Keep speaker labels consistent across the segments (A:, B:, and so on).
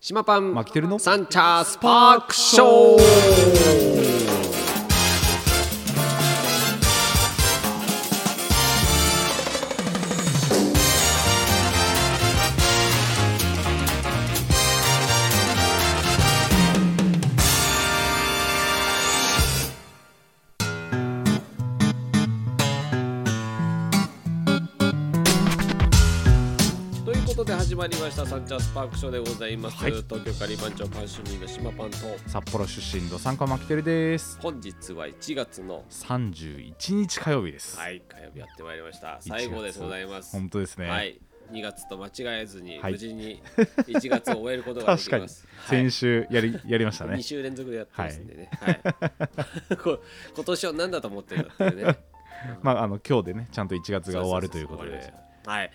A: 島パン
B: マキテルの
A: サンチャースパークショーということで始まりましたサンチャースパークショーでございます、
B: はい
A: 東京カリー番長パン主任の島パンと
B: 札幌出身の参加マキテルです
A: 本日は1月の
B: 31日火曜日です、
A: はい火曜日やってまいりました
B: 1月
A: 最後でございます
B: 本当ですね、
A: はい2月と間違えずに、
B: はい
A: 無事に1月を終えることがで
B: 確
A: き
B: かに
A: ますはい
B: 先週やり,、やりましたね
A: 2週連続でやってますんでね、はい こ今年を何だと思ってるかっていうね
B: まああの今日でねちゃんと1月が終わるということ
A: そ
B: で
A: そそ終わりましたはい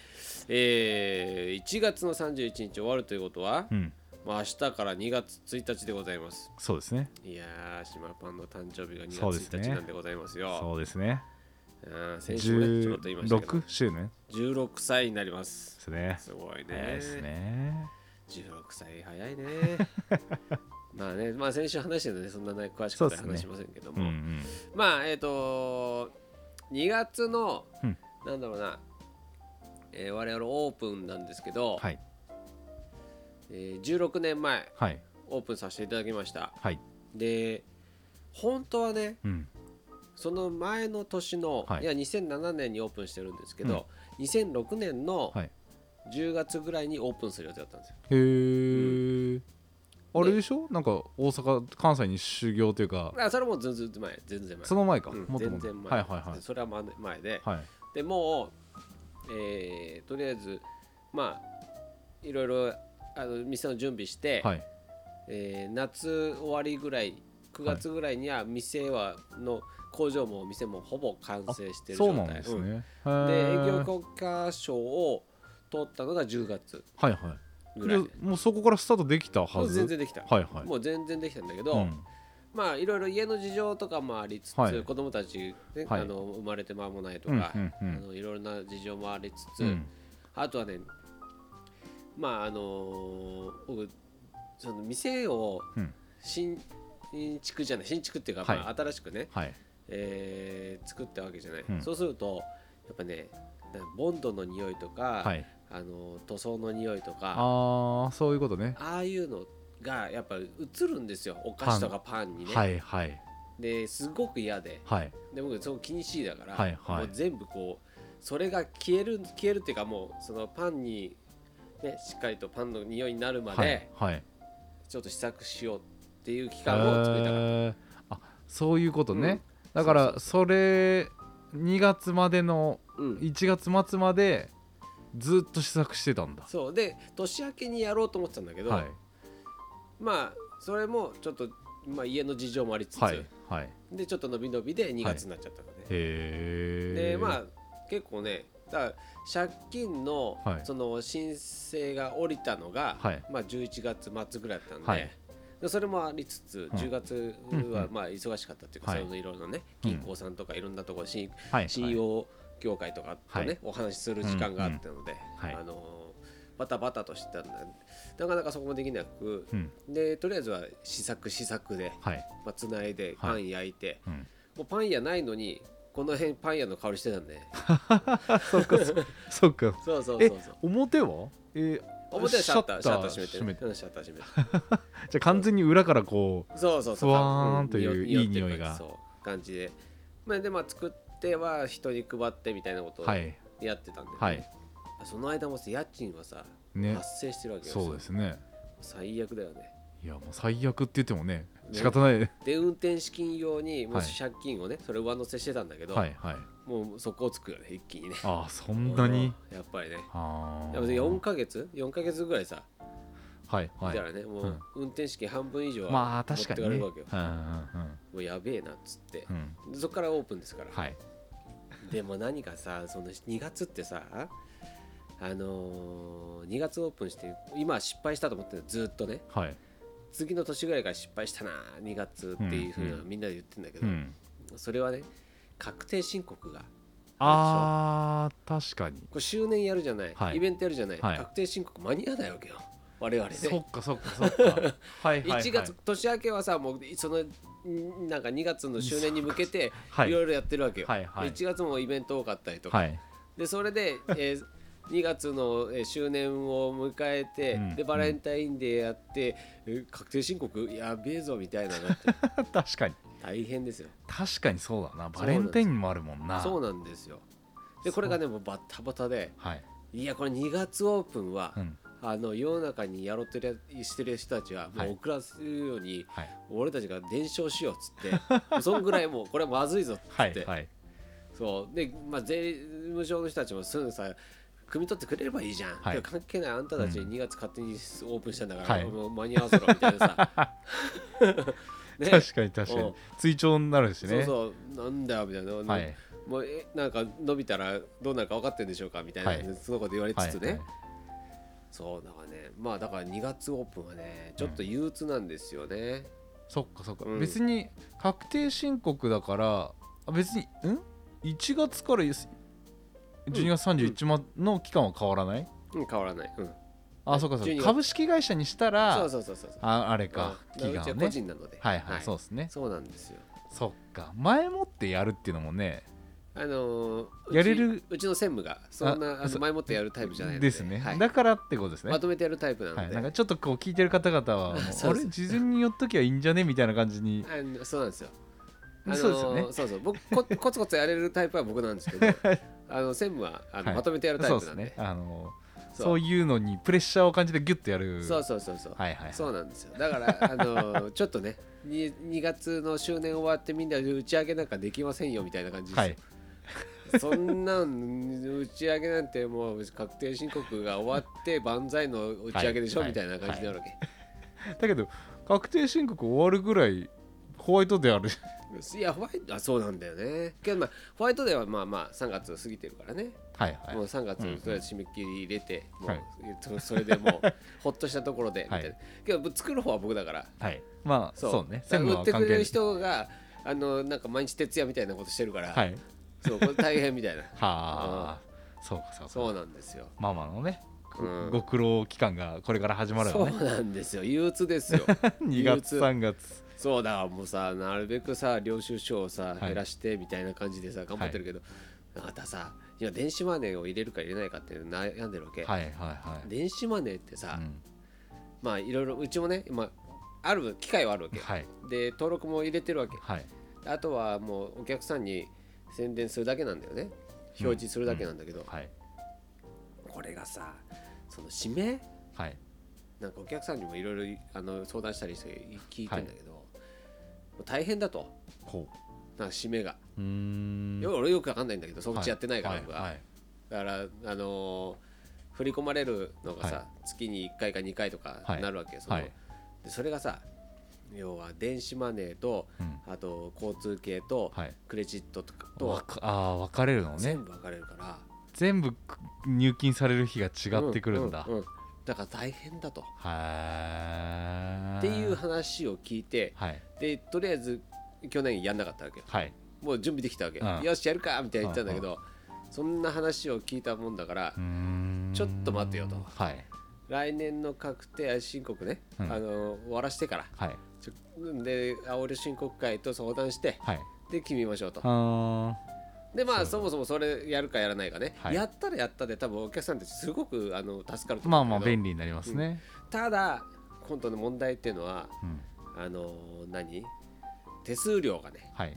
A: えー、1月の31日終わるということは、
B: うん
A: まあ、明日から2月1日でございます
B: そうですね
A: いやー島パンの誕生日が
B: そう
A: 2
B: で
A: 月
B: す
A: 1
B: ね
A: 日なんでございますよ
B: そうですね
A: うん先週もねちょろっと言いましたけど
B: 16周年で
A: 16歳になります
B: すね
A: すごいね
B: 早いですね
A: 16歳早 いねまあねまあ先週話してたねそんなね詳しく
B: そ
A: は
B: うですね
A: 話しませんけど
B: う
A: も、
B: んうん
A: まあえっ、と2月の、
B: うん
A: なんだろうな、えー我々オープンなんですけど、
B: はい
A: えー16年前
B: はい
A: オープンさせていただきました
B: はい
A: で本当はね
B: うん
A: その前の年の、、
B: はいい
A: や2007年にオープンしてるんですけど、2006年の
B: はい
A: 10月ぐらいにオープンする予定だったんですよ
B: へえ、あれでしょなんか大阪関西に修行というか
A: あそれも全然前全然前
B: その前か、
A: うん
B: もっと
A: 全
B: もっと
A: 然前、
B: はいはいはい
A: それはま前で、
B: はい
A: でもう、えーとりあえずまあいろいろあの店の準備して、
B: はい
A: えー夏終わりぐらい9月ぐらいには店はの工場も店もほぼ完成してる
B: そ
A: 状
B: うなん
A: 態
B: ですね、
A: うん
B: へ
A: で営
B: ー
A: 業許可証を取ったのが10月
B: はいは
A: ぐ
B: いじ
A: ら
B: ゃ
A: い
B: あもうそこからスタートできた
A: も
B: は
A: う
B: ず
A: 全然できた、
B: はいはい
A: もう全然できたんだけど、
B: うん
A: まあいろいろ家の事情とかもありつつ、
B: はい
A: 子供たち、ね
B: はい
A: あの生まれて間もないとか、
B: うんうんうん
A: あのいろいろな事情もありつつ、
B: うん
A: あとはねまああのー僕その店を
B: うん
A: 新新築じゃない新築っていうか、
B: はい
A: まあ、新しくね、
B: はい
A: えー作ったわけじゃない、
B: うん
A: そうするとやっぱねなんかボンドの匂いとか、
B: はい
A: あの塗装の匂いとか
B: ああそういうことね
A: ああいうのがやっぱ映るんですよお菓子とかパンにね、
B: はいはい
A: ですごく嫌で
B: はい
A: で僕その気にしいだから、
B: はいはい
A: もう全部こうそれが消える消えるっていうかもうそのパンに、ね、しっかりとパンの匂いになるまで、
B: はいはい
A: ちょっと試作しようっていう期
B: え
A: 間を作りたかっ
B: ーあそういうことね、
A: うん
B: だからそれ2月までの
A: た、うん、
B: 1月末までずっと試作してたんだ
A: そうで年明けにやろうと思ってたんだけど、
B: はい
A: まあそれもちょっと、まあ、家の事情もありつつ、
B: はいはいへ
A: でちょっと伸び伸びで2月になっちゃったのね、
B: え
A: でまあ結構ねだから借金の,、
B: はい
A: その申請が降りたのが、
B: はい
A: まあ、11月末ぐらいだったんで,、
B: はい
A: でそれもありつつ、
B: うん
A: 10月
B: うん
A: は
B: う
A: まあ忙しかったっていうか、
B: はい
A: そのいろいろなね銀行さんとかいろんなところ、信
B: はいはい
A: 信用業界とかとね、
B: はい
A: お話しする時間があったので、
B: うんはい
A: あのーバタバタとしてたんでなかなかそこもできなく
B: う、ん
A: でとりあえずは試作試作で、
B: はい
A: まあ、つないで
B: はい
A: パン焼いて、
B: うん
A: もうパン屋ないのにこの辺パン屋の香りしてたんで
B: そっかそっかそっか
A: そうそう
B: え
A: そうそう
B: 表はえー
A: 表はシャッターシ
B: シ
A: ャ
B: ャ
A: ッ
B: ッ
A: タ
B: タ
A: ー閉
B: ー
A: めて
B: 閉め
A: ね
B: て
A: うんシャッター閉めて
B: じゃあ完全に裏からこ
A: そうそうそう
B: ふわーんというん
A: 匂ってる
B: いい匂いが
A: そう感じでまあでまあ作っては人に配ってみたいなこと
B: う
A: を
B: はい
A: やってたんで、
B: はい
A: その間もさ家賃はさ、
B: ね
A: 発生してるわけよ
B: そうですね
A: 最悪だよね
B: いやもう最悪って言ってもね
A: ね
B: 仕方ない、
A: で運転資金用にもう
B: はい
A: 借金をね、それ上乗せしてたんだけど、
B: はいはい
A: もうそこをつくよね一気にね
B: ああそんなに
A: うんやっぱりね
B: ああ
A: やっぱ4ヶ月4ヶ月ぐらいさ
B: はい
A: だ
B: はい
A: からねもう運転資金半分以上
B: ま
A: は
B: あ
A: 持って
B: 確か
A: か
B: に
A: れ
B: ね
A: るわけよ、
B: うんうん
A: もうやべえなっつって
B: う、んうん
A: でそこからオープンですから、
B: はい
A: でも何かさその2月ってさあのー、2月オープンして今は失敗したと思ってるずっとね
B: はい
A: 次の年ぐらいから失敗したな2月っていうふう
B: うん
A: なみんなで言ってんだけ
B: う
A: ど、
B: ん
A: それはね確定申告が
B: あー確かに
A: これ周年やるじゃない、
B: はい
A: イベントやるじゃない、
B: はい
A: 確定申告間に合わないわけよ我々
B: そ
A: ね
B: っかそっか そっかはいはい、はい、
A: 1月年明けはさもうそのんなんか2月の周年に向けて
B: はい
A: いろいろやってるわけよ、
B: はいはい
A: 1月もイベント多かったりとか、
B: はい
A: でそれ で、えー2月のえー周年を迎えて、
B: うん
A: でバレンタインデーやって、えー確定申告やべえぞみたいなのって
B: 確かに
A: 大変ですよ
B: 確かにそうだな
A: そ
B: バ
A: うな
B: レ
A: んです
B: ンタインもあるもんな
A: そうなんですよでこれがねもうバッタバタで
B: はい、
A: いやこれ2月オープンは、
B: うん
A: あの世の中にやろうとしてる人たちはもう遅らせるように、
B: はい、
A: 俺たちが伝承しようっつ ってそんぐらいもうこれはまずいぞっつって、
B: はいはい
A: そうで、まあ、税務署の人たちもすぐさ汲み取ってくれればいいじゃん、
B: はい
A: けど関係ないあんたたち
B: うん
A: 2月勝手にオープンしたんだから、
B: はい
A: もう間に合わせろみたいな さね
B: 確かに確か
A: う
B: に
A: ん
B: 追徴になるしね
A: そうそうなんだよみたいな、
B: はい
A: もうえなんか伸びたらどうなるか分かってるんでしょうかみたいな、
B: はい
A: そのこと言われ
B: は
A: つ
B: い
A: つね、そうだからねまあだから2月オープンはねちょっと憂鬱なんですよね、
B: そっかそっか、
A: うん
B: 別に確定申告だからあ別にん1月から12月31まの期間は変わらない、
A: うん、変わらない、うん、
B: あそうかそう
A: 12
B: か
A: 月
B: 株式会社にしたら
A: そうそうそうそうそう
B: ああれか
A: うん
B: 期
A: だからうちは
B: 間ね
A: 個人なので
B: はいはい、そうですね
A: そうなんですよ
B: そっか前もってやるっていうのもね
A: あのー
B: やれる
A: うちうちの専務がそんなあの
B: そ
A: 前もってやるタイプじゃないので
B: ですね、
A: はい
B: だからってことですね、
A: まとめてやるタイプな
B: は
A: の
B: い、
A: で、
B: なんかちょっとこう聞いてる方 々はもう
A: そうそう
B: あれ事前に寄っときゃいいんじゃねみたいな感じに
A: あのそうなんですよあのー
B: そうですよね
A: そうそう僕 こコツコツやれるタイプは僕なんですけどあの専務はあの、
B: はい
A: まとめてやるタ
B: そ
A: イ
B: う
A: プ
B: で
A: な
B: す
A: んで
B: ねあの
A: そう
B: そういうのにプレッシャーを感じてギュッとやる
A: そうそうそうそう、
B: はいはいはい
A: そうなんですよだからあ のーちょっとね 2, 2月の周年終わってみんな打ち上げなんかできませんよみたいな感じです
B: は
A: よ
B: い、
A: そんなん打ち上げなんてもう確定申告が終わって万歳の打ち上げでしょ、
B: はい
A: みたいな感じになるわけ、
B: だけど確定申告終わるぐらいホワイトデーある
A: い、やホワイトあそうなんだよねけどまあホワイトデーはまあまあ3月過ぎてるからね、
B: はいはい
A: もう3月
B: うんうん
A: とりあえず締め切り入れて、
B: はい
A: もうそそれでもうほっとしたところでみたいな、
B: はい
A: けど作る方は僕だから
B: はいまあそうね
A: だから売ってくれ
B: な
A: る
B: い
A: 人があのなんか毎日徹夜みたいなことしてるから、
B: はいは
A: そうこれ大変みたいな
B: あそうかそうか
A: そうなんですよ
B: ママのね、
A: うん
B: ご苦労期間がこれから始まる
A: そ
B: よ
A: う
B: ね
A: なんですよ憂鬱です よ
B: 2月3月
A: そうだからもうさなるべくさ領収書をさ
B: い
A: 減らしてみたいな感じでさ頑張ってるけど、またさ今電子マネーを入れるか入れないかって悩んでるわけ、
B: はいはいはい、
A: 電子マネーってさ、
B: うん
A: まあいろいろうちもね今ある機会はあるわけ、
B: はい
A: で登録も入れてるわけ
B: はい
A: あとはもうお客さんに宣伝するだけなんだよね表示するだけなんだけど、
B: はい
A: これがさその指名
B: はい
A: なんかお客さんにもいろいろあの相談したりして聞いてんだけど、もう大変だと
B: こ
A: なんか締めが、
B: ううーん
A: よ俺よくわかんないんだけどそのう
B: はい
A: ちやってないから、
B: はい
A: 僕は
B: はい
A: だからあのー振り込まれるのがさ、
B: は
A: 月に1回か2回とか
B: はい
A: なるわけよ、その
B: はい
A: でそれがさ要は電子マネーと
B: うん
A: あと交通系と
B: はい
A: クレジットとか
B: わ
A: と
B: かあー分かれるのね
A: 全部分かれるから、
B: 全部入金される日が違ってくるんだ、
A: うううだから大変だと
B: は
A: っ
B: い
A: ていう話を聞いて
B: はい
A: でとりあえず去年やんなかったわけよ
B: はい
A: もう準備できたわけ、
B: うん
A: よしやるかみたいな言ってたんだけど、そんな話を聞いたもんだから、
B: うーん
A: ちょっと待てよと
B: はい
A: 来年の確定申告ね、
B: うん
A: あの終わらしてから
B: はい
A: ちょで青る申告会と相談して
B: はい
A: で決めましょうと
B: あ
A: でまあそもそもそれやるかやらないかね、
B: はい
A: やったらやったで多分お客さんたちすごくあの助かると
B: ーま
A: 思うん
B: あまあ
A: だけど
B: 便利になりますね、
A: ただ今度の問題っていうのは
B: うん
A: あの何手数料がね
B: はい、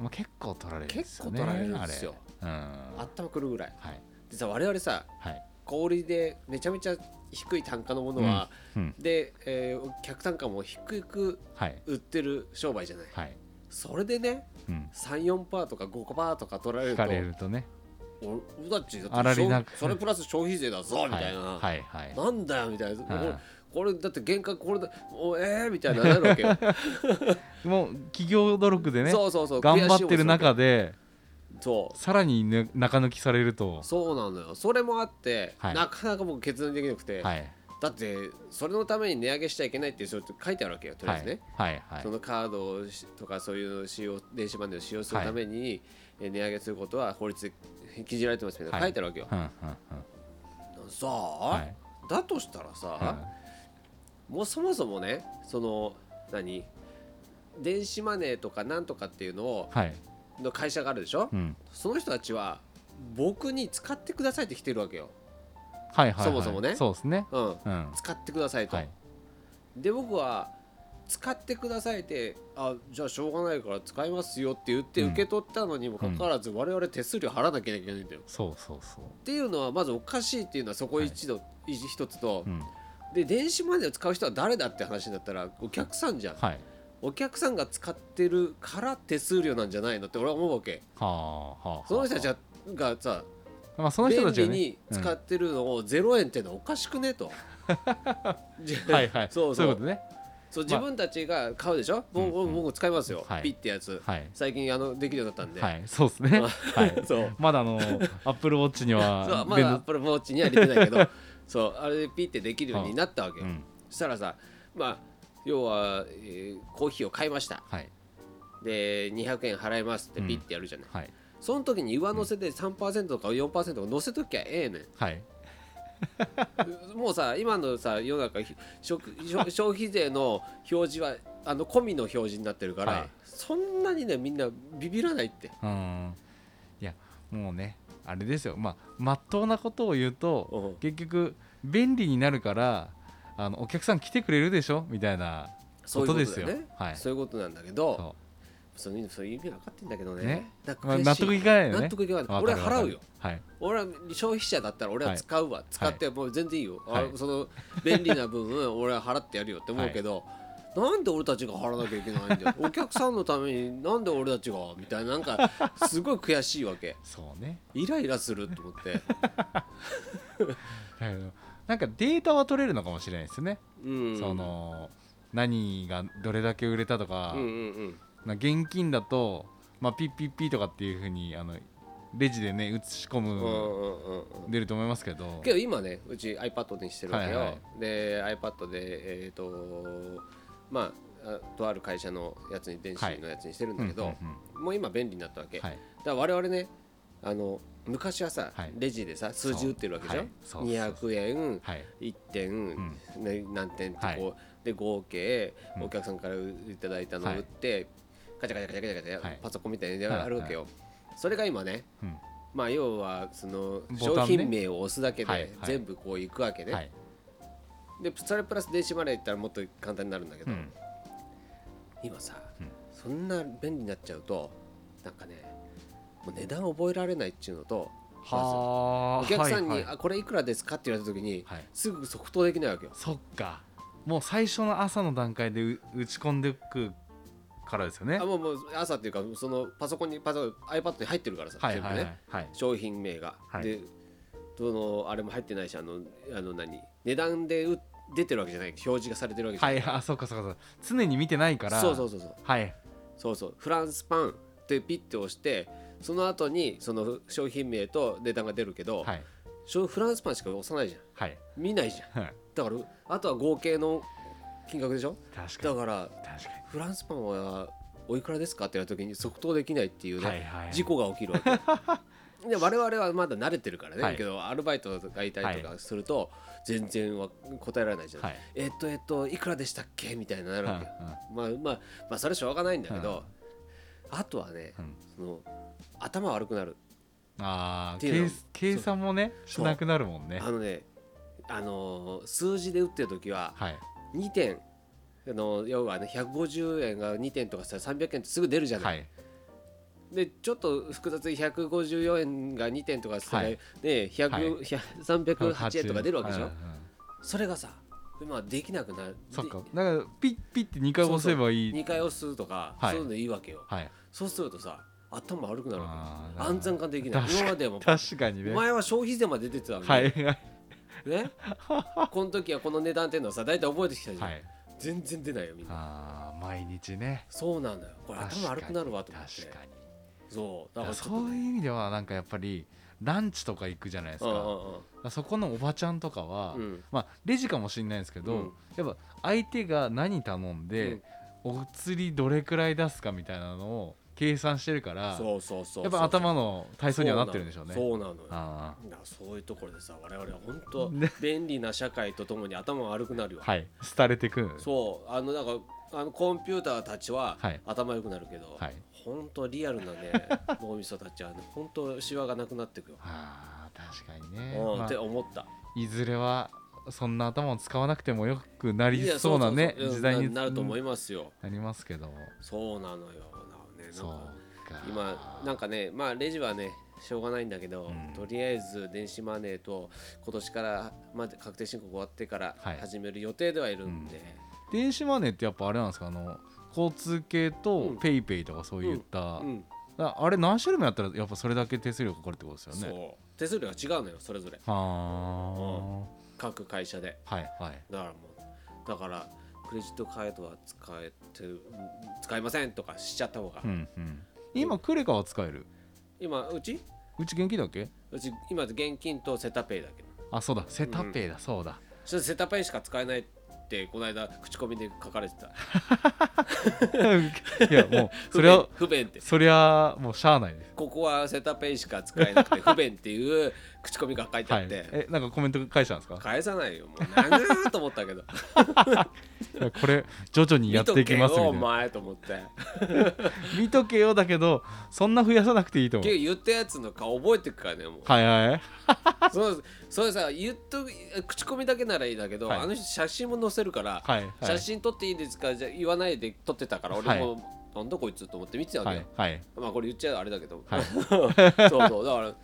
B: まあ、結構取られるんですよね
A: 結構取られるんですよ
B: あれうん
A: 頭くるぐらい
B: はい
A: でさ我々さ
B: はい
A: 小売りでめちゃめちゃ低い単価のものは、
B: うん
A: で、えー客単価も低く
B: はい
A: 売ってる商売じゃない
B: はい
A: それでね
B: うん
A: 34%とか5%とか取られ
B: 引
A: る
B: かれる
A: と
B: とね
A: 俺俺たちだって
B: あらり
A: 消
B: なく
A: それプラス消費税だぞみたいな、
B: はいはいはい
A: なんだよみたいな、
B: はい
A: これこれだって原価これだおえー、みたいななるわけよ、
B: もう企業努力で ね
A: そうそうそう
B: 頑張
A: 悔
B: ってる
A: しい思いすわ
B: 中で
A: けそう
B: さらに、ね、中抜きされると
A: そうなのよそれもあって、
B: はい
A: なかなか僕決断できなくて、
B: はい
A: だってそれのために値上げしちゃいけないってそう書いてあるわけよとりあえずね、
B: はいはい
A: そのカードをしとかそういうのを使用電子マネーを使用するために、えー値上げすることは法律で禁じられてますみたいな
B: は
A: 書
B: い
A: いてあるわけよ。
B: うんうんうん
A: さあ、
B: はい
A: だとしたらさ、
B: はい
A: もうそもそもねその何電子マネーとかなんとかっていうのを
B: はい、
A: の会社があるでしょ、
B: うん、
A: その人たちは僕に使ってくださいって来てるわけよ、
B: はいはいはい
A: そもそもね
B: そうですね
A: うん、
B: うん
A: 使ってくださいと、
B: はい
A: で僕は使ってくださいってあじゃあしょうがないから使いますよって言って
B: うん
A: 受け取ったのにもかかわらず我々手数料払わなきゃいけないんだよ、っ
B: そうそうそう
A: ていうのはまずおかしいっていうのはそこ一度、一一つと、
B: うん
A: で電子マネーを使う人は誰だって話になったらお客さんじゃん、
B: はい
A: お客さんが使ってるから手数料なんじゃないのって俺は思うわけ
B: はあはあはあ
A: その人たちはがさ
B: まあその人
A: 便
B: たち
A: 利
B: はね
A: に使
B: う
A: ってるのを0円ってのはおかしくねと。じゃあ
B: んはいはい
A: そうそ
B: そういううことね
A: そう
B: まあ
A: 自分たちが買うでしょ、僕
B: うんうん
A: 僕使いますよ、
B: はい
A: ピッてやつ、
B: はい
A: 最近あのできるようになったんで、
B: はいそうですね
A: あ
B: はい
A: そう
B: まだあのアップルウォッチには
A: そうま
B: 連
A: だアッ
B: 続
A: プルウォッチには入れてないけ どそうあれでピッてできるようになったわけよ、
B: うん
A: そしたらさまあ要は、えーコーヒーを買いました
B: はい
A: で200円払いますってピッてやるじゃない、
B: はい
A: その時に上乗せで3%とか4%とか乗せときゃええねん
B: はい
A: もうさ今のさ世の中ひ食 消消費税の表示はあの込みの表示になってるから、
B: はい
A: そんなにねみんなビビらないって
B: うんいやもうねあれですよまあまっとうなことを言うと
A: うん
B: 結局便利になるからあのお客さん来てくれるでしょみたいな
A: そういうこと
B: ことです
A: だ
B: よ
A: よね
B: はい
A: そういうことなんだけ
B: そ
A: どそのそういう意味は分かってんだけどね
B: ね
A: なんか
B: まあ
A: 悔しい
B: 納得いかないよね
A: 納得いかない
B: わか
A: 俺
B: るわかる
A: 払うよ
B: はい
A: 俺は消費者だったら俺は使うわ、使ってもう全然いいよ、
B: はい
A: あその便利な部分 俺は払ってやるよって思うけど、なんで俺たちが払わなきゃいけないんだよお客さんのためになんで俺たちがみたいななんかすごい悔しいわけ
B: そうね
A: イライラすると思 って
B: だけどなんかデータは取れるのかもしれないですね、
A: うん
B: その何がどれだけ売れたとか
A: うん、うん
B: な現金だと、まあ、ピッピッピとかっていうふうにあのレジでね映し込
A: うんうん
B: む、
A: うんうん
B: 出ると思いますけど
A: けど今ねうち iPad にしてるわけよ、
B: はいは
A: で iPad でえっ、とまああとある会社のやつに電子のやつにしてるんだけど、
B: うんうん
A: もう今便利になったわけ、
B: うんは
A: だ
B: い
A: から我々ねあの昔はさ、
B: はい
A: レジでさ数字打ってるわけじゃん、
B: そうはいそう
A: 200円
B: はい
A: 1点、ね、何点ってこう、で合計
B: うん
A: お客さんからいただいたのを
B: はい
A: 打って、カチャカチャカチャカチャカチャ、
B: はい
A: パソコンみたいにあるわけよ、それが今ね
B: うん
A: まあ要はその
B: ボタンね
A: 商品名を押すだけ
B: はいはい
A: で全部こういくわけね、
B: はい
A: でそれプラス電子マネーって言ったらもっと簡単になるんだけ
B: う
A: ど、
B: ん
A: 今さ、
B: うん
A: そんな便利になっちゃうとなんかねもう値段覚えられないっていうのとま
B: はあ
A: ずお客さんに、
B: はいはい
A: あこれいくらですか?」って言われた時に、
B: はい
A: すぐ即答できないわけよ
B: そっかもう最初の朝の段階でう打ち込んでくからですよね
A: あもうもう朝っていうかそのパソコンにパソコン iPad に入ってるからさ、
B: はいはいは
A: 全
B: い
A: 部ね
B: はい
A: 商品名が、
B: はい
A: でどのあれも入ってないしあのあの何値段でう出てるわけじゃない表示がされてるわけじゃ
B: は
A: ない、
B: いあそっかそっかそっか常に見てないから
A: そうそうそうそう
B: はい
A: そうそうフランスパンってピッて押してその後にその商品名と値段が出るけど、
B: はい
A: しょフランスパンしか押さないじゃん
B: はい
A: 見ないじゃん
B: はい
A: だからあとは合計の金額でしょ
B: 確か
A: だ
B: に
A: から
B: 確か
A: フランスパンはおいくらですかって言われた時に即答できないっていう
B: に
A: ね、
B: はいはい
A: 事故が起きるわけ で我々はまだ慣れてるからね、
B: はい
A: けどアルバイトがいたりとかすると、全然わ答えられないじゃない、
B: はい
A: えっとえっといくらでしたっけみたいになるわけよ、
B: うんうん
A: まあまあまあそれはしょうがないんだけど、あとはね
B: うん
A: その頭悪くなる
B: ああ
A: っていうの
B: 計算もねし
A: そう
B: なくなるもんね
A: あのねあのー数字で打ってる時は
B: はい
A: 2点あの要はね150円が2点とかさ300円ってすぐ出るじゃない、
B: はい
A: でちょっと複雑に154円が2点とかしたら、
B: は
A: ね
B: い
A: 100
B: はい
A: 100 308円とか出るわけでしょ、
B: うんうん
A: それがさ今できなくなる
B: そっ
A: で
B: かだからピッピッって2回押せばいい
A: 2回押すとか、
B: はい
A: そういうのいいわけよ
B: はい
A: そうするとさ頭悪くなるわ
B: あ
A: け
B: ー
A: よ安全感できない
B: 確かに
A: 今までも
B: 確かにね
A: お
B: は
A: 前は消費税まで出てたのに、
B: いはい
A: ね この時はこの値段っていうのはさ大体覚えてきたじゃん、
B: はい
A: 全然出ないよみんな
B: あー毎日ね
A: そうなんだよこれ頭悪くなるわと思って
B: 確かに
A: そうだ
B: だ
A: か
B: から
A: ちょ
B: ら
A: っと
B: そういう意味ではなんかやっぱりランチとか行くじゃないですかだからそこのおばちゃんとかは、
A: うんうんうん
B: まあレジかもしれないですけど、
A: うん
B: やっぱ相手が何頼んで、お釣りどれくらい出すかみたいなのを計算してるから
A: そうそうそう
B: やっぱ頭の体操にはなってるんでしょうね
A: そうなのよ
B: あ
A: だからそういうところでさ我々は本当
B: ね
A: 便利な社会とともに頭が悪くなるよ、
B: あはい廃れてくん
A: そうあのだからあのコンピューターたちは
B: はい
A: 頭良くなるけど、
B: はい
A: 本当リアルな ね脳みそたちはね本当シワがなくなってくよ、
B: あー確かに
A: う
B: ね、
A: ん
B: まあ
A: って思った
B: いずれはそんな頭を使わなくてもよくないり
A: や
B: そうなね
A: そうそうそう
B: 時代に
A: ななると思い
B: ま
A: ますよ、
B: なりますけども
A: そうなのよなねなん
B: そう
A: か
B: か
A: 今なんかねまあレジはねしょうがないんだけど、
B: うん
A: とりあえず電子マネーと今年から、まあ、確定申告終わってから
B: はい
A: 始める予定ではいるんで、
B: 電子マネーってやっぱあれなんですかあの交通系
A: う
B: と
A: ん
B: ペイペイとかそういった、
A: うん
B: ああれ何種類もやったらやっぱそれだけ手数料かかるってことですよね
A: そう手数料が違うのよそれぞれ
B: は
A: 各会社で
B: あ、はいはい
A: だからもうだからクレジットカードは使えてうん使いませんとかしちゃった方が、
B: うんうん今クレカは使える
A: 今うち
B: うち現金だっけ
A: うち今現金とセタペイだけど
B: あそうだセタペイだ、そうだ
A: それセタペイしか使えないってこの間口コミで書かれてた
B: いやもう
A: 不
B: それ
A: 便
B: は
A: 不便って
B: そりゃもうしゃあないです
A: ここはセタペイしか使えなくて不便っていう口コミが書いて
B: は
A: あ
B: い
A: って、
B: えなんかコメント返したんですか
A: 返さないよもうなんだと思ったけど
B: いやこれ徐々に やっていきます
A: 見とけよ
B: みたい
A: お
B: な
A: 前と思って
B: 見とけよだけどそんな増やさなくていいと思う
A: 結局言ったやつの顔覚えてくからねもう
B: はいはい
A: そうそれさ言っと口コミだけならいいんだけど、
B: はい
A: あの人写真も載せるから、
B: はいはい
A: 写真撮っていいですかじゃあ言わないで撮ってたから俺も、なんだこいつと思って見てたわ
B: は
A: けよ、
B: いはい
A: まあこれ言っちゃあれだけど、
B: はい
A: そうそうだか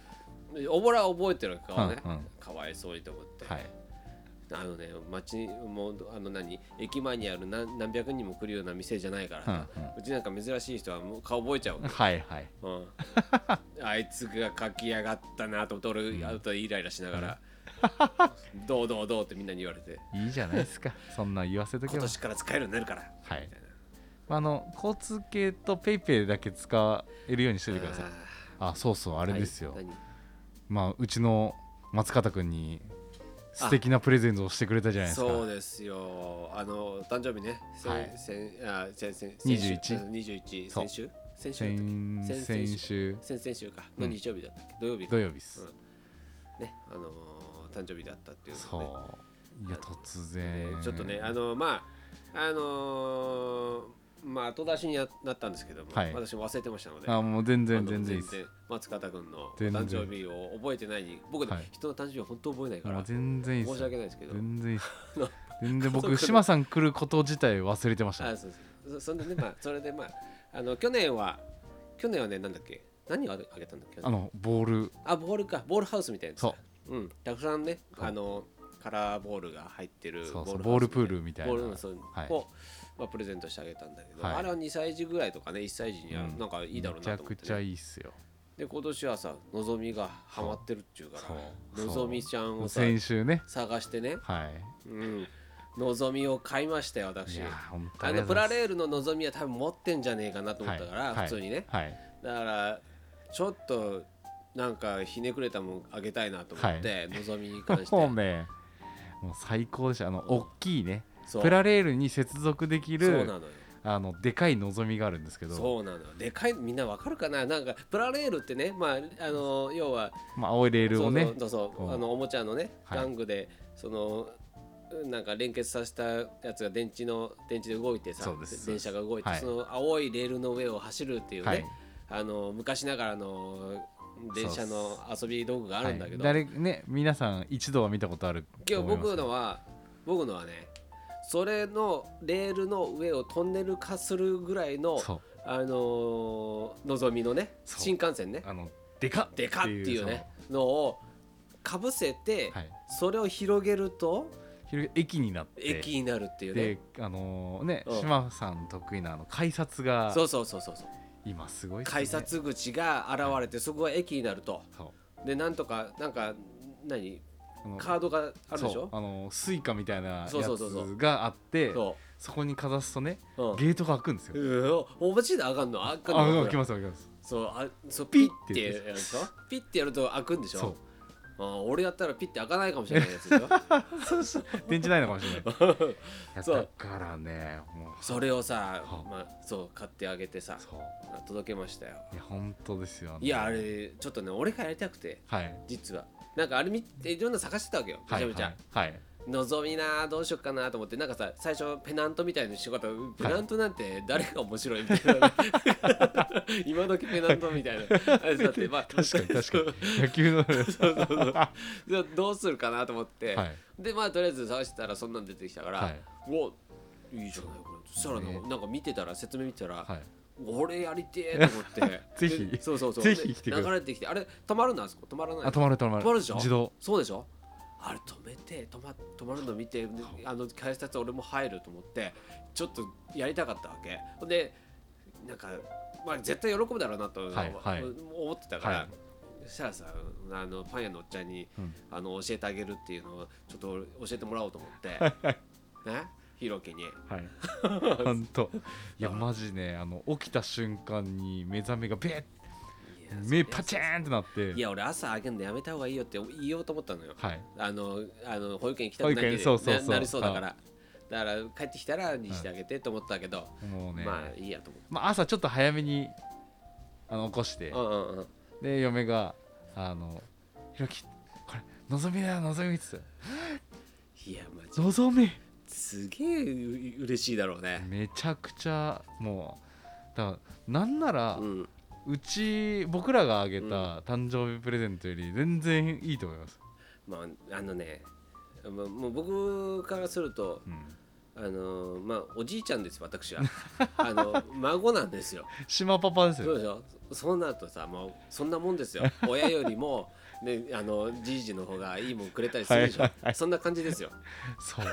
A: らおぼらは覚えてるからね、
B: うんうん
A: かわいそうにと思って、
B: はい
A: あのね町にもうあの何駅前にある何何百人も来るような店じゃないからさ、
B: うんうん
A: うちなんか珍しい人はもう顔覚えちゃうわけ
B: はいはい
A: うん、 あいつが書きやがったなと思って俺あとイライラしながら「どうどうどう」ってみんなに言われて
B: いいじゃないですかそんな言わせ
A: 「
B: とけ
A: 今
B: ば
A: 年から使えるようになるから」
B: はい
A: みたいな
B: まああの交通系とペイペイだけ使えるようにしててください
A: あ
B: あそうそうあ
A: ー
B: れですよ、
A: はい何
B: まあうちの松方君に素敵なプレゼントをしてくれたじゃないですか
A: そうですよあの誕生日ねせ
B: はい
A: 先あ先先
B: 21
A: 21
B: そう
A: 先週先週
B: 先
A: 先
B: 先週
A: 先々週か
B: う
A: の
B: ん
A: 日曜日だったっけ土曜日か
B: 土曜日です、
A: ねあのー誕生日だったっていうので
B: そういや突
A: で
B: 然
A: ちょっとねあのまああのーまあ後出しになったんですけども、
B: はい
A: 私も忘れてましたので
B: あもう全
A: あ
B: 然
A: の
B: 全然いいです
A: 松方君のお
B: 全然
A: 誕生日を覚えてないに僕、
B: はい
A: 人の誕生日は本当覚えないか
B: もう
A: ら
B: 全然いいで
A: 申し
B: す
A: 訳ないですけど
B: 全然いいっす
A: あの
B: 全然
A: 家
B: 僕
A: 族の
B: 志麻さん来ること自体忘れてましたね
A: あそうそうそそんでねまあそれでまああの去年は去年はねなんだっけ何をあげあげたんだっけ
B: あのボール
A: あボールかボールハウスみたいなやつ、
B: そう
A: ん、たくさんね
B: そう
A: あのカラーボールが入ってる
B: そう
A: ボ
B: そ
A: ー
B: う
A: ル
B: ボールプー
A: ル
B: ルみたいな
A: ボールのそう
B: はい
A: を、まあ、プレゼントしてあげたんだけど、
B: はい
A: あれは2歳児ぐらいとかね1歳児には
B: うん
A: なんかいいだろう
B: めち
A: な
B: ゃ
A: と思っ
B: く
A: て、
B: ちゃ
A: ね
B: いいっすよ
A: で今年はさのぞみがハマってるっちゅうから
B: そう
A: のぞみちゃんをさ
B: 先週ね
A: 探してね、
B: はい
A: うん、のぞみを買いましたよ
B: い
A: 私
B: やー本当
A: あ
B: ありが
A: の
B: とう
A: プラ
B: ございます
A: レールののぞみは多分持ってんじゃねえかなと思ったから、
B: はい
A: 普通にね、
B: はい
A: だからちょっとなんかひねくれたもんあげたいなと思って、のぞみに関 して
B: もうねもう最高でしたあの大きいね
A: そう
B: プラレールに接続でき
A: そうな
B: る
A: のよ
B: あのでかい望みがあるんですけど、
A: そうなのよでかいみんなわかるかななんかプラレールってねまああの要は
B: まあ、青いレールをね
A: そうそうそう
B: うん
A: あのおもちゃのね
B: はい
A: 玩具でそのなんか連結させたやつが電池の電池で動いてさ
B: そうです
A: 電車が動いて、
B: はい
A: その青いレールの上を走るっていうね、
B: はい
A: あの昔ながらの電車の遊び道具があ
B: は
A: る
B: い
A: んだけど、
B: 誰ね皆さん一度は見たことあると
A: 今日
B: 思います
A: 僕のは僕のはねそれのレールの上をトンネル化するぐらいの
B: そう
A: あのー、のぞみのね
B: そう
A: 新幹線ね
B: あのでかっ
A: でかっていうねのをかぶせて、
B: そのはい
A: それを広げると
B: 広げ駅になって
A: 駅になるっていうね
B: であのね
A: うん
B: 島さん得意なあの改札が
A: そうそうそうそうそう
B: 今すごいっすね
A: 改札口が現れてそこが駅になると
B: そう
A: でなんとかなんか何
B: あの
A: カードがあるでし
B: そう
A: ょ
B: あのスイカみたいなやつ
A: そうそうそうそう
B: があって
A: そ
B: そこにかざすとね
A: ううん
B: ゲートが開くんですよ
A: うおお待ちで上がんの上がんの
B: あ
A: これ
B: 開きます開きます
A: そうあそう
B: ピ
A: ピ
B: ッ
A: ッ
B: て
A: てやるとピッてやると開くんでし
B: そう
A: ょあー俺やったらピッて開かないかもしれないやつ ですよ
B: 電池ないのかもしれないい や
A: そう
B: だからねもう
A: それをさ
B: は、
A: まあ、そう買ってあげてさ
B: そう
A: 届けましたよ
B: いや本当ですよね
A: いやあれちょっとね俺がやりたくて
B: はい
A: 実はなんかあれ見ていろんなの探してたわけよめ
B: は
A: ちゃ
B: い
A: めちゃ、
B: はい
A: 望みなあどうしよっかなと思ってなんかさ最初ペナントみたいな仕事ペナントなんて誰が面白いみたいな、 今時ペナントみたいなあれだってまあ
B: 確かに確かに野球のは
A: そうそうそうじゃあどうするかなと思って、
B: い
A: でまあとりあえず探してたらそんなん出てきたから、
B: はい
A: おいいじゃないこれそしたらなんか
B: ね
A: なんか見てたら説明見てたら、
B: はい
A: 俺やりてえと思って
B: ぜひ
A: でそうそうそう
B: ぜひ来てくだ
A: で
B: さ
A: 流
B: い
A: れてきてあれ止まるなあそこ止まらない
B: あ止まる止まる
A: 止まるでしょ
B: 自動
A: そうでしょあれ止めて止ま止まるの見てであの返したやつ俺も入ると思ってちょっとやりたかったわけほんでなんか、まあ、絶対喜ぶだろうなと
B: はいはい
A: 思ってたから、
B: はい
A: そしたらさあのパン屋のおっちゃんに、
B: うん
A: あの教えてあげるっていうのをちょっと俺教えてもらおうと思って、 ねヒロキに
B: はい 本当いやマジねあの起きた瞬間に目覚めがベッ目パチーンってなって
A: いや俺朝あげるのやめた方がいいよって言おうと思ったのよ
B: はい
A: あのあの保育園行きたくな
B: 保
A: い
B: 育園そうそうそう
A: ななりそうだから、だから帰ってきたらにしてあげてと思ったけど、
B: もうね
A: まあいいやと思って。
B: まあ朝ちょっと早めにあの起こして
A: うんうんうん、
B: で嫁が「あのひろきこれ望みだよ望み」っつって
A: いやマ
B: 「
A: ジ
B: 望み
A: すげえう嬉しいだろう」ね。
B: めちゃくちゃもうだからなんなら、
A: う、
B: うんち僕らがあげた誕生日プレゼントより全然いいと思います、
A: まああのねもうもう僕からすると
B: うん、
A: あのーまあおじいちゃんです私はあの孫なんですよ。
B: 島パパです
A: そう
B: よ
A: でしょそうなるとさもうそんなもん ですよ親よりも、ね、あのじいじの方がいいもんくれたりするでしょ、
B: はいはいはい
A: そんな感じですよ。
B: そうい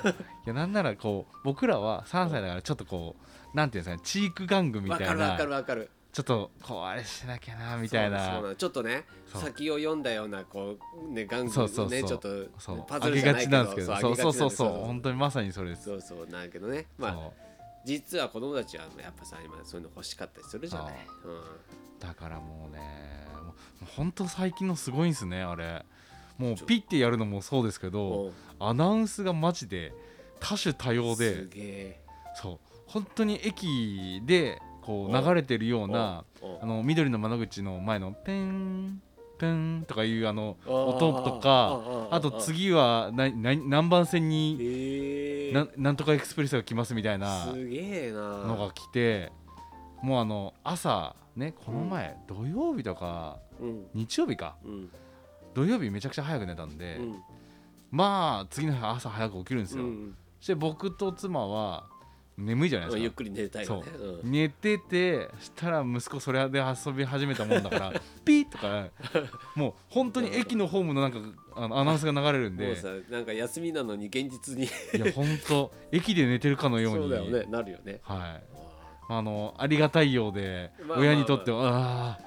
B: やなんならこう僕らは3歳だからちょっとこうなんていうんですかねチーク玩具み
A: わ
B: た
A: か
B: い
A: るわ
B: な
A: かるわかる。
B: ちょっとこうあれしなきゃなみたい
A: そう
B: な
A: そうのちょっとね
B: そう
A: 先を読んだようなこうねガン
B: そうそうそう
A: ねちょっと
B: そう
A: パズ
B: あ
A: ル
B: げ
A: じゃ
B: が
A: ない
B: ち
A: け
B: なん
A: ど
B: ですけどそうそうそうそう本当にまさにそれです
A: そうそうなんだけどねまあ
B: そう
A: 実は子供たちはやっぱさ今そういうの欲しかったりするじゃない
B: だからもうねもう本当最近のすごいんすねあれもうピッてやるのもそうですけ
A: うん
B: ど
A: も
B: アナウンスがマジで多種多
A: う
B: 様
A: す
B: で
A: げえ
B: そう本当に駅でこう
A: お
B: 流れてるような
A: おう
B: あの緑の窓口の前のペンペンとかいうあの
A: おう
B: 音と
A: お
B: か
A: うおうおうおう
B: あと次はなな何番線に
A: ええ
B: ななんとかエクスプレスが来ますみたいな
A: すげえな
B: のが来てもうあの朝ねこの前土曜日とか
A: うん
B: 日曜日か
A: うん
B: 土曜日めちゃくちゃ早く寝たんで、
A: うん
B: まあ次の日朝早く起きるんです
A: う
B: よ、
A: ん
B: そして僕と妻は眠いじゃない
A: まあ
B: で
A: ゆ
B: す
A: っ
B: か
A: くり寝たいよね
B: そ
A: うん
B: 寝ててしたら息子それで遊び始めたもん だからピーとかもう本当に駅のホームのなんかあのアナウンスが流れるん
A: もう
B: で
A: さなんか休みなのに現実に
B: いや本当駅で寝てるかのように
A: そうだよねなるよね
B: はい、あのありがたいようで、
A: まあまあ
B: 親にとってはあー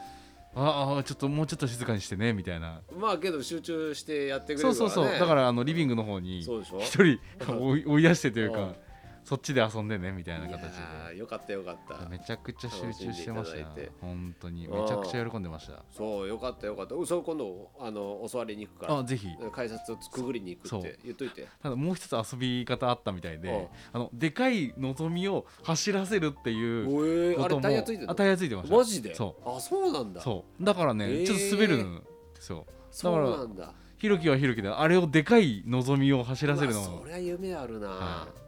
B: あーちょっともうちょっと静かにしてねみたいな
A: まあけど集中してやってくれるか
B: そ
A: ら
B: う
A: ね
B: そうそうだからあのリビングの方に
A: そうでしょ
B: 一 人追い追い出してという
A: う
B: か
A: ん
B: そっちで遊んでねみたいない
A: や
B: 形
A: ーよかったよかった
B: でめちゃくちゃ集中してました
A: 楽しんでいた
B: よ
A: だいて
B: 本当に
A: あー
B: めちゃくちゃ喜んでました
A: そうよかったよかったそう今度あの教わりに行くから
B: あぜひ
A: 改札をくぐりに行くっ
B: そ
A: て
B: う
A: 言っといて
B: ただもう一つ遊び方あったみたい
A: うん
B: であのでかいのぞみを走らせるっ
A: お
B: ていう
A: え
B: こ
A: あ
B: と
A: れ
B: も
A: タイヤついてる
B: あタイヤついてました
A: マジで
B: そ
A: あそうなんだ
B: う
A: そう
B: そうだからねちょっと滑るんですよだから
A: なんだ
B: ひろきはひろきであれをでかいのぞみを走らせるの
A: うわそ
B: を
A: りゃ夢あるな、
B: はい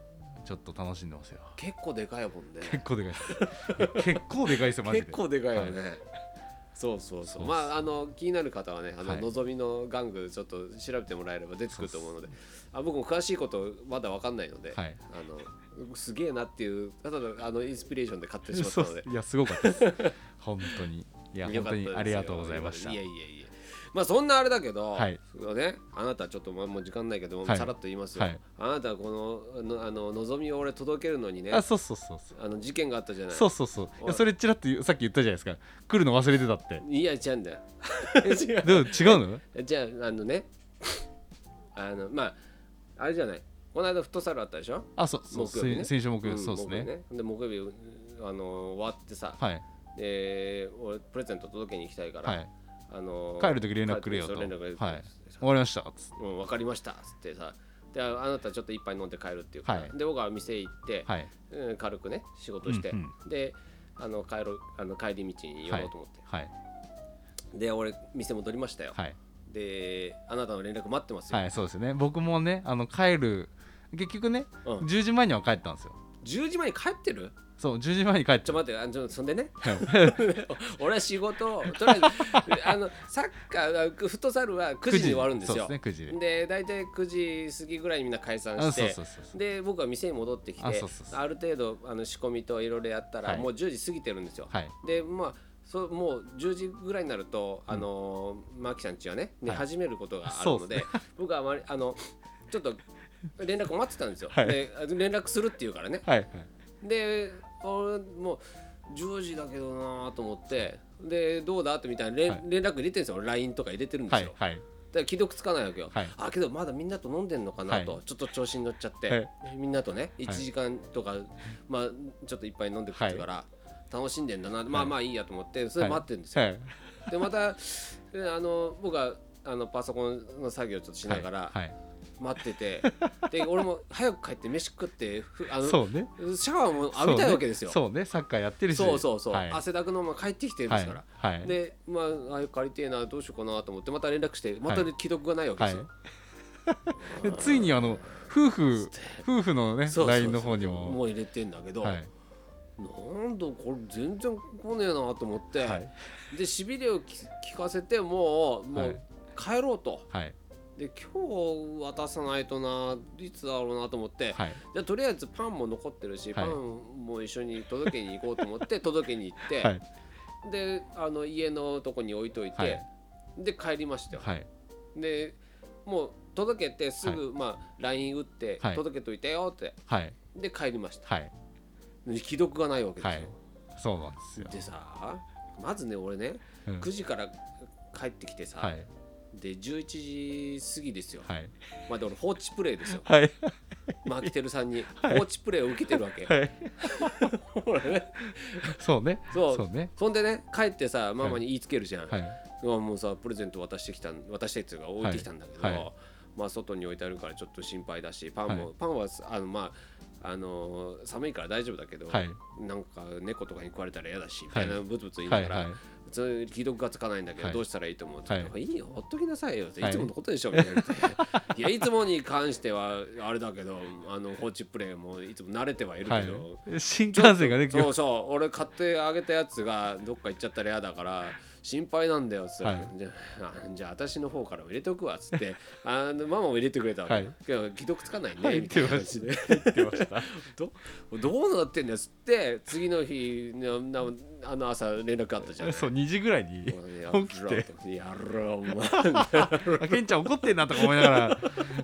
B: ちょっと楽しんでますよ
A: 結構でかいもんね
B: 結構でかいです結構でかい ですよマジで
A: 結構でかいよね、そうそうそう
B: そうっす
A: まああの気になる方はねあの、
B: はい
A: のぞみの玩具ちょっと調べてもらえれば出てくると思うのであ僕も詳しいことまだわかんないので、
B: はい
A: あのすげえなっていうただあのインスピレーションで買ってしまった
B: そう
A: ので
B: いやすごかったです本当にいや
A: よ
B: 本
A: か
B: 当
A: った
B: にありがとうございました
A: ですよいやいやいやまあそんなあれだけど、
B: はい
A: ね、あなたちょっとまあもう時間ないけど、
B: はい
A: さらっと言いますよ、
B: はい
A: あなたはこのあのあの望みを俺届けるのにね
B: あ
A: あ
B: そうそうそうそう
A: の事件があったじゃない
B: そうそうそういやそれちらっと言うさっき言ったじゃないですか来るの忘れてたって
A: いや違うんだよ 違う
B: でも違うの
A: じゃああのね あのまああれじゃないこの間フットサルあったでしょ
B: あそうそう
A: 木曜日ね
B: 先先週木曜
A: ん
B: 日そうです
A: 木曜日
B: ね
A: で木曜日あの終わってさ、
B: はい
A: で俺プレゼント届けに行きたいから、
B: はい
A: あの
B: 帰る時連絡くれよと
A: 帰る時連絡くれ
B: はい終わりましたつって
A: うん、分かりましたっつってさでああなたちょっと一杯飲んで帰るっていうから、
B: はい
A: で僕は店行って、
B: はい
A: うん、軽くね仕事して、
B: うん
A: であの帰ろうあの帰り道に寄ろうと思って、
B: はい
A: で俺店戻りましたよ、
B: はい
A: であなたの連絡待ってますよ、
B: はいそうですね僕もねあの帰る結局ね
A: うん、
B: 10時前には帰ったんですよ
A: 10時前に帰ってる
B: そう10時前に帰っ
A: ち
B: ちゃ
A: ょ待ってあちょそんでね
B: はい
A: 俺は仕事をとりあえずあのサッカーあフットサルは9時に終わるんですよ
B: そうですね9時で
A: で大体9時過ぎぐらいにみんな解散
B: あ
A: して
B: そうそうそうそう
A: で僕は店に戻ってきて
B: あそうそうそう
A: ある程度あの仕込みといろいろやったら、
B: はい
A: もう10時過ぎてるんですよ、
B: はい
A: でまあそうもう10時ぐらいになると、あのーマーキちゃんちはね寝
B: はい
A: 始めることがある
B: そ
A: の
B: う
A: で,、
B: で
A: 僕はあまりあのちょっと連絡を待ってたんですよ、
B: はい
A: で連絡するっていうからね
B: はいはい
A: で俺もう10時だけどなと思ってでどうだってみたいな連,、
B: はい
A: 連絡入れてるんですよ俺 LINE とか入れてるんで
B: は
A: すよ、
B: いはい
A: だから既読つかないわけよ、
B: はい
A: あけどまだみんなと飲んでんのかなと、
B: は
A: ちょっと調子に乗っちゃって、
B: はい
A: みんなとね1時間とか、まあちょっといっぱい飲んでくってから、楽しんでんだな、まあまあいいやと思ってそれ待ってるんですよ、
B: はい
A: でまたであの僕はあのパソコンの作業ちょっとしながら
B: はい
A: 待ってて、で俺も早く帰って飯食ってふあの
B: そうね
A: シャワーも浴びたいわけですよ
B: そうねサッカーやってるし
A: そうそうそう、
B: はい
A: 汗だくのまま帰ってきてるんですから、
B: はいはい
A: でまあああ借りてえなどうしようかなと思ってまた連絡してまた
B: は
A: 既読がないわけ
B: は
A: です
B: い
A: よ、
B: で ついにあの夫婦夫婦のね
A: そうそうそう
B: LINE の方にも
A: もう入れてんだけど、
B: はい
A: なんだこれ全然来ねえなと思って、
B: はい
A: でしびれをき聞かせてもうも
B: は
A: う
B: い
A: 帰ろうと
B: はい
A: で今日渡さないとないつだろうなと思って、
B: はい
A: じゃあとりあえずパンも残ってるし、
B: はい
A: パンも一緒に届けに行こうと思って届けに行って、
B: はい
A: であの家のとこに置いといて、
B: はい
A: で帰りましたよ。
B: はい
A: でもう届けてすぐ、まあ、LINE 打って、
B: はい
A: 届けといてよって
B: はい
A: で帰りました
B: はい
A: で既読がないわけですよ、
B: はいそうなんですよ
A: でさまずね俺ね
B: うん
A: 9時から帰ってきてさ、
B: はい
A: で11時過ぎですよ、
B: はい
A: まあで俺放置プレイですよ
B: はい
A: マーキテルさんに
B: はい
A: 放置プレイを受けてるわけ、
B: はい
A: 俺ね
B: そうね
A: そう
B: そうね
A: そんでね帰ってさママに言いつけるじゃん、
B: はい
A: いやもうさプレゼント渡してきたん渡してっていうか置いてきたんだけど、
B: はいはい
A: まあ外に置いてあるからちょっと心配だしパンも、
B: は
A: パンはあのまああのー寒いから大丈夫だけど、
B: はい
A: なんか猫とかに食われたら嫌だしみ
B: は
A: た
B: い
A: いなブツブツ言い
B: は
A: ないがら、
B: はい
A: それ既読がつかないんだけど、
B: はい
A: どうしたらいいと思う、
B: はい
A: い、いよほっときなさいよって、
B: はい
A: い、つものことでしょみたいないやいつもに関してはあれだけどあの放置プレイもいつも慣れてはいるけど、
B: はい新幹線がね
A: そうそう俺買ってあげたやつがどっか行っちゃったら嫌だから心配なんだよつって、
B: はい
A: じゃあじゃあ私の方からも入れておくわっつってあのママも入れてくれたわけ、
B: はい
A: けど既読つかない
B: は
A: ね
B: い
A: みたいな感じで
B: 言ってました
A: どどうなってんだよっつって次の日のなあの朝連絡あったじゃん
B: そう2時ぐらいに起きて
A: やろうお前
B: あケンちゃん怒ってんなとか思いなが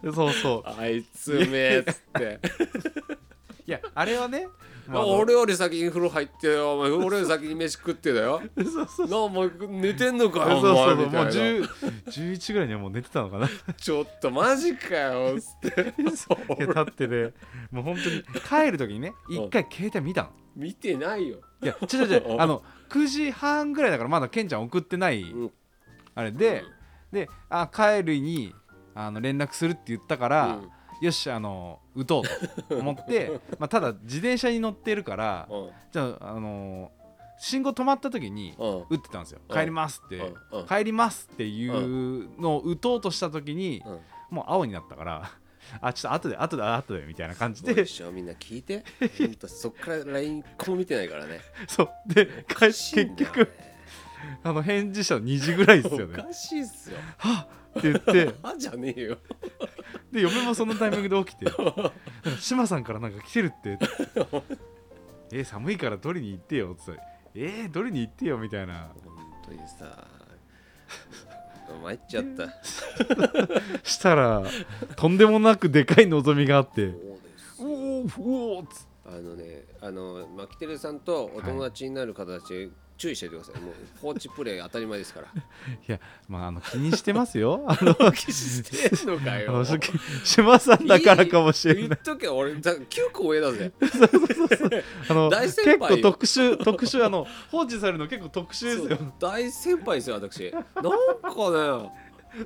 B: らそうそう
A: あいつめっつって
B: いやあれはねまああの
A: 俺より先に風呂入ってよお前俺より先に飯食ってだよ
B: そうそう
A: なお前寝てんのか
B: そう
A: よ
B: そう
A: お前
B: そうもう
A: みたいな
B: 10 11ぐらいにはもう寝てたのかない
A: ちょっとマジかよっつ って
B: や立ってねもう本当に帰る時にね一回携帯見たの
A: 見てないよ
B: いや違う違
A: う
B: うんあの9時半ぐらいだからまだケンちゃん送ってない
A: うん
B: あれでであ帰るにあの連絡するって言ったから
A: うん
B: よしあの打とうと思って まあただ自転車に乗ってるから
A: うんうん
B: じゃああの信号止まった時に
A: うん
B: 打ってたんですよ
A: うん
B: 帰りますっ
A: う
B: て
A: んうん
B: 帰りますっていうのを打とうとした時にもう青になったからあちょっと後で後で後でみたいな感じ
A: どうで
B: で
A: しょうみんな聞いてほんとそっから LINE 一個も見てないからね
B: そうで帰
A: 死
B: 結
A: んだよね
B: 局あの返事したの2時ぐらいですよ
A: お
B: ね
A: かしいっすよ
B: はっって言って
A: あじゃねえよ
B: で嫁もそのタイミングで起きて「志麻さんからなんか来てる って」え寒いから取りに行ってよ」っつって「えー、取りに行ってよ」みたいな
A: 本当にさ参っちゃった
B: したらとんでもなくでかい望みがあって
A: そう
B: う
A: です
B: おーうおーっつ
A: あのねあのマキテルさんとお友達になる方たち注意しておいてくださいもう放置プレイ当たり前です から
B: まああの気にしてますよあのあ
A: 気にしてんのかよ
B: の し島さんだからかもしれ
A: 言
B: な
A: っ
B: い
A: とけよ俺だ9個上だぜ
B: あの
A: 大
B: 結
A: 先輩
B: 構特殊特殊あの放置されるの結構特殊ですよ
A: そう大先輩ですよ私なんかね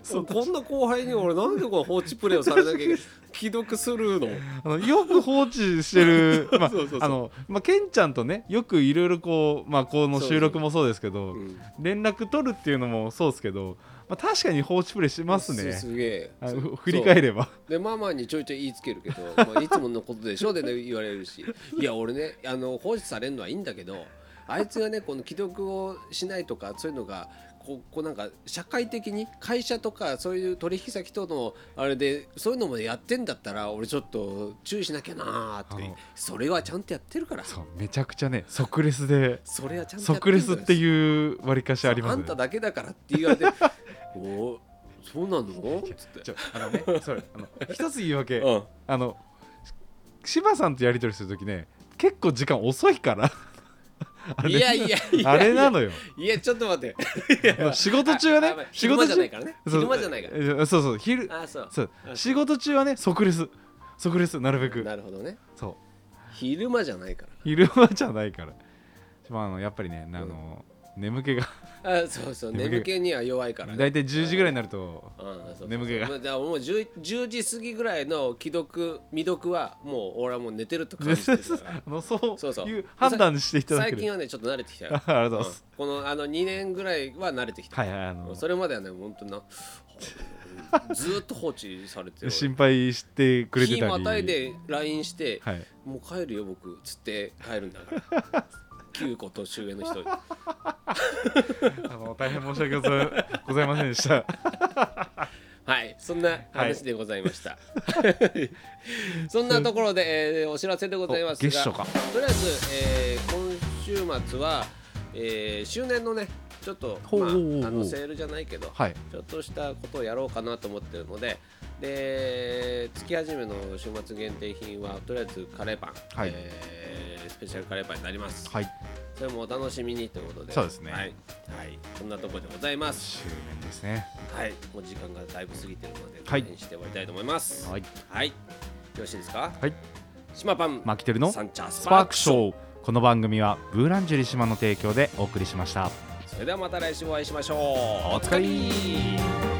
B: そう
A: こんな後輩に俺なんでこの放置プレイをされなきゃいけ ない既読するの
B: あのよく放置し てるまあ
A: そうそうそう
B: あのまあケンちゃんとねよくいろいろこうまあこの収録もそうですけど
A: うん
B: 連絡取るっていうのもそうですけど、まあ、確かに放置プレイしますね
A: すげえ
B: あ
A: そう
B: ふ振り返れば
A: でママにちょいちょい言いつけるけど、まあ、いつものことでしょで、ね、 言われるしいや俺ねあの放置されるのはいいんだけどあいつがねこの既読をしないとかそういうのがこうこうなんか社会的に会社とかそういう取引先とのあれでそういうのもやってんだったら俺ちょっと注意しなきゃなーっ
B: あ
A: て
B: の
A: それはちゃんとやってるから
B: そうめちゃくちゃね即レスで
A: それはちゃんとや
B: 即レスって
A: う
B: いう割りかしありま
A: あ
B: すね
A: んただけだからって言われて おーそうなのっつって
B: ちょあのねそれあの一つ言い訳
A: うん
B: あのし柴さんとやり取りするときね結構時間遅いから あれ
A: いやいやいやいや
B: あれなのよ
A: いやちょっと待って
B: あの仕事中は
A: あ
B: ね
A: あまあ
B: 仕
A: 昼
B: 事
A: 間じゃな
B: 中
A: いからね
B: そう
A: 昼間じゃないから
B: えそうそう昼
A: あそう
B: そう
A: あ
B: 仕事中はね即レス即レスなるべく
A: なるほどね
B: そう
A: 昼間じゃないか
B: 昼間じゃないからまああのやっぱりねあの、眠気が
A: らあそうそう
B: 眠気
A: 眠気には弱いからね
B: 大体10時ぐらいになると
A: ああそうそう
B: 眠気が
A: まあじゃあもう 10, 10時過ぎぐらいの既読未読はもう俺はもう寝てると感じてるから
B: あのそう
A: そうそう
B: いう判断していただけ
A: 最近
B: る
A: はねちょっと慣れてきたよ
B: あありがとうございます、
A: うんこのあの2年ぐらいは慣れてきた、
B: はいはいあの
A: それまではね本当な ずーっと放置されて
B: 心配してくれて
A: 日
B: たり
A: またいで LINE して、
B: はい
A: もう帰るよ僕つって帰るんだから9個年上の人に
B: あの大変申し訳ございございませんでした。
A: はい、そんな話でございました。そんなところで、えーお知らせでございますが、
B: お月初か
A: とりあえず、えー今週末は、えー周年のね、ちょっと、
B: ほう
A: まあ、
B: ほ
A: あ
B: うほうほう
A: のセールじゃないけど、
B: はい。
A: ちょっとしたことをやろうかなと思ってるので、で月始めの週末限定品は、とりあえずカレーパン、
B: はい
A: えースペシャルカレーパンになります。
B: はい。
A: それもお楽しみにということで、
B: そうですね
A: はい、はい、そんなところでございます。
B: 周年ですね。
A: はい、もう時間がだいぶ過ぎてるので、こ
B: は
A: の
B: い
A: 辺にして終わりたいと思います。はい、
B: い。
A: よろしいですか。
B: はい。
A: 島パン、
B: マキテルの
A: サンチャース
B: ス
A: パ
B: パ
A: ー
B: ー
A: ク
B: ク
A: シ
B: シ
A: ョー。
B: ョー。この番組はブーランジュリ島の提供でお送りしました。
A: それではまた来週お会いしましょう。
B: お疲れ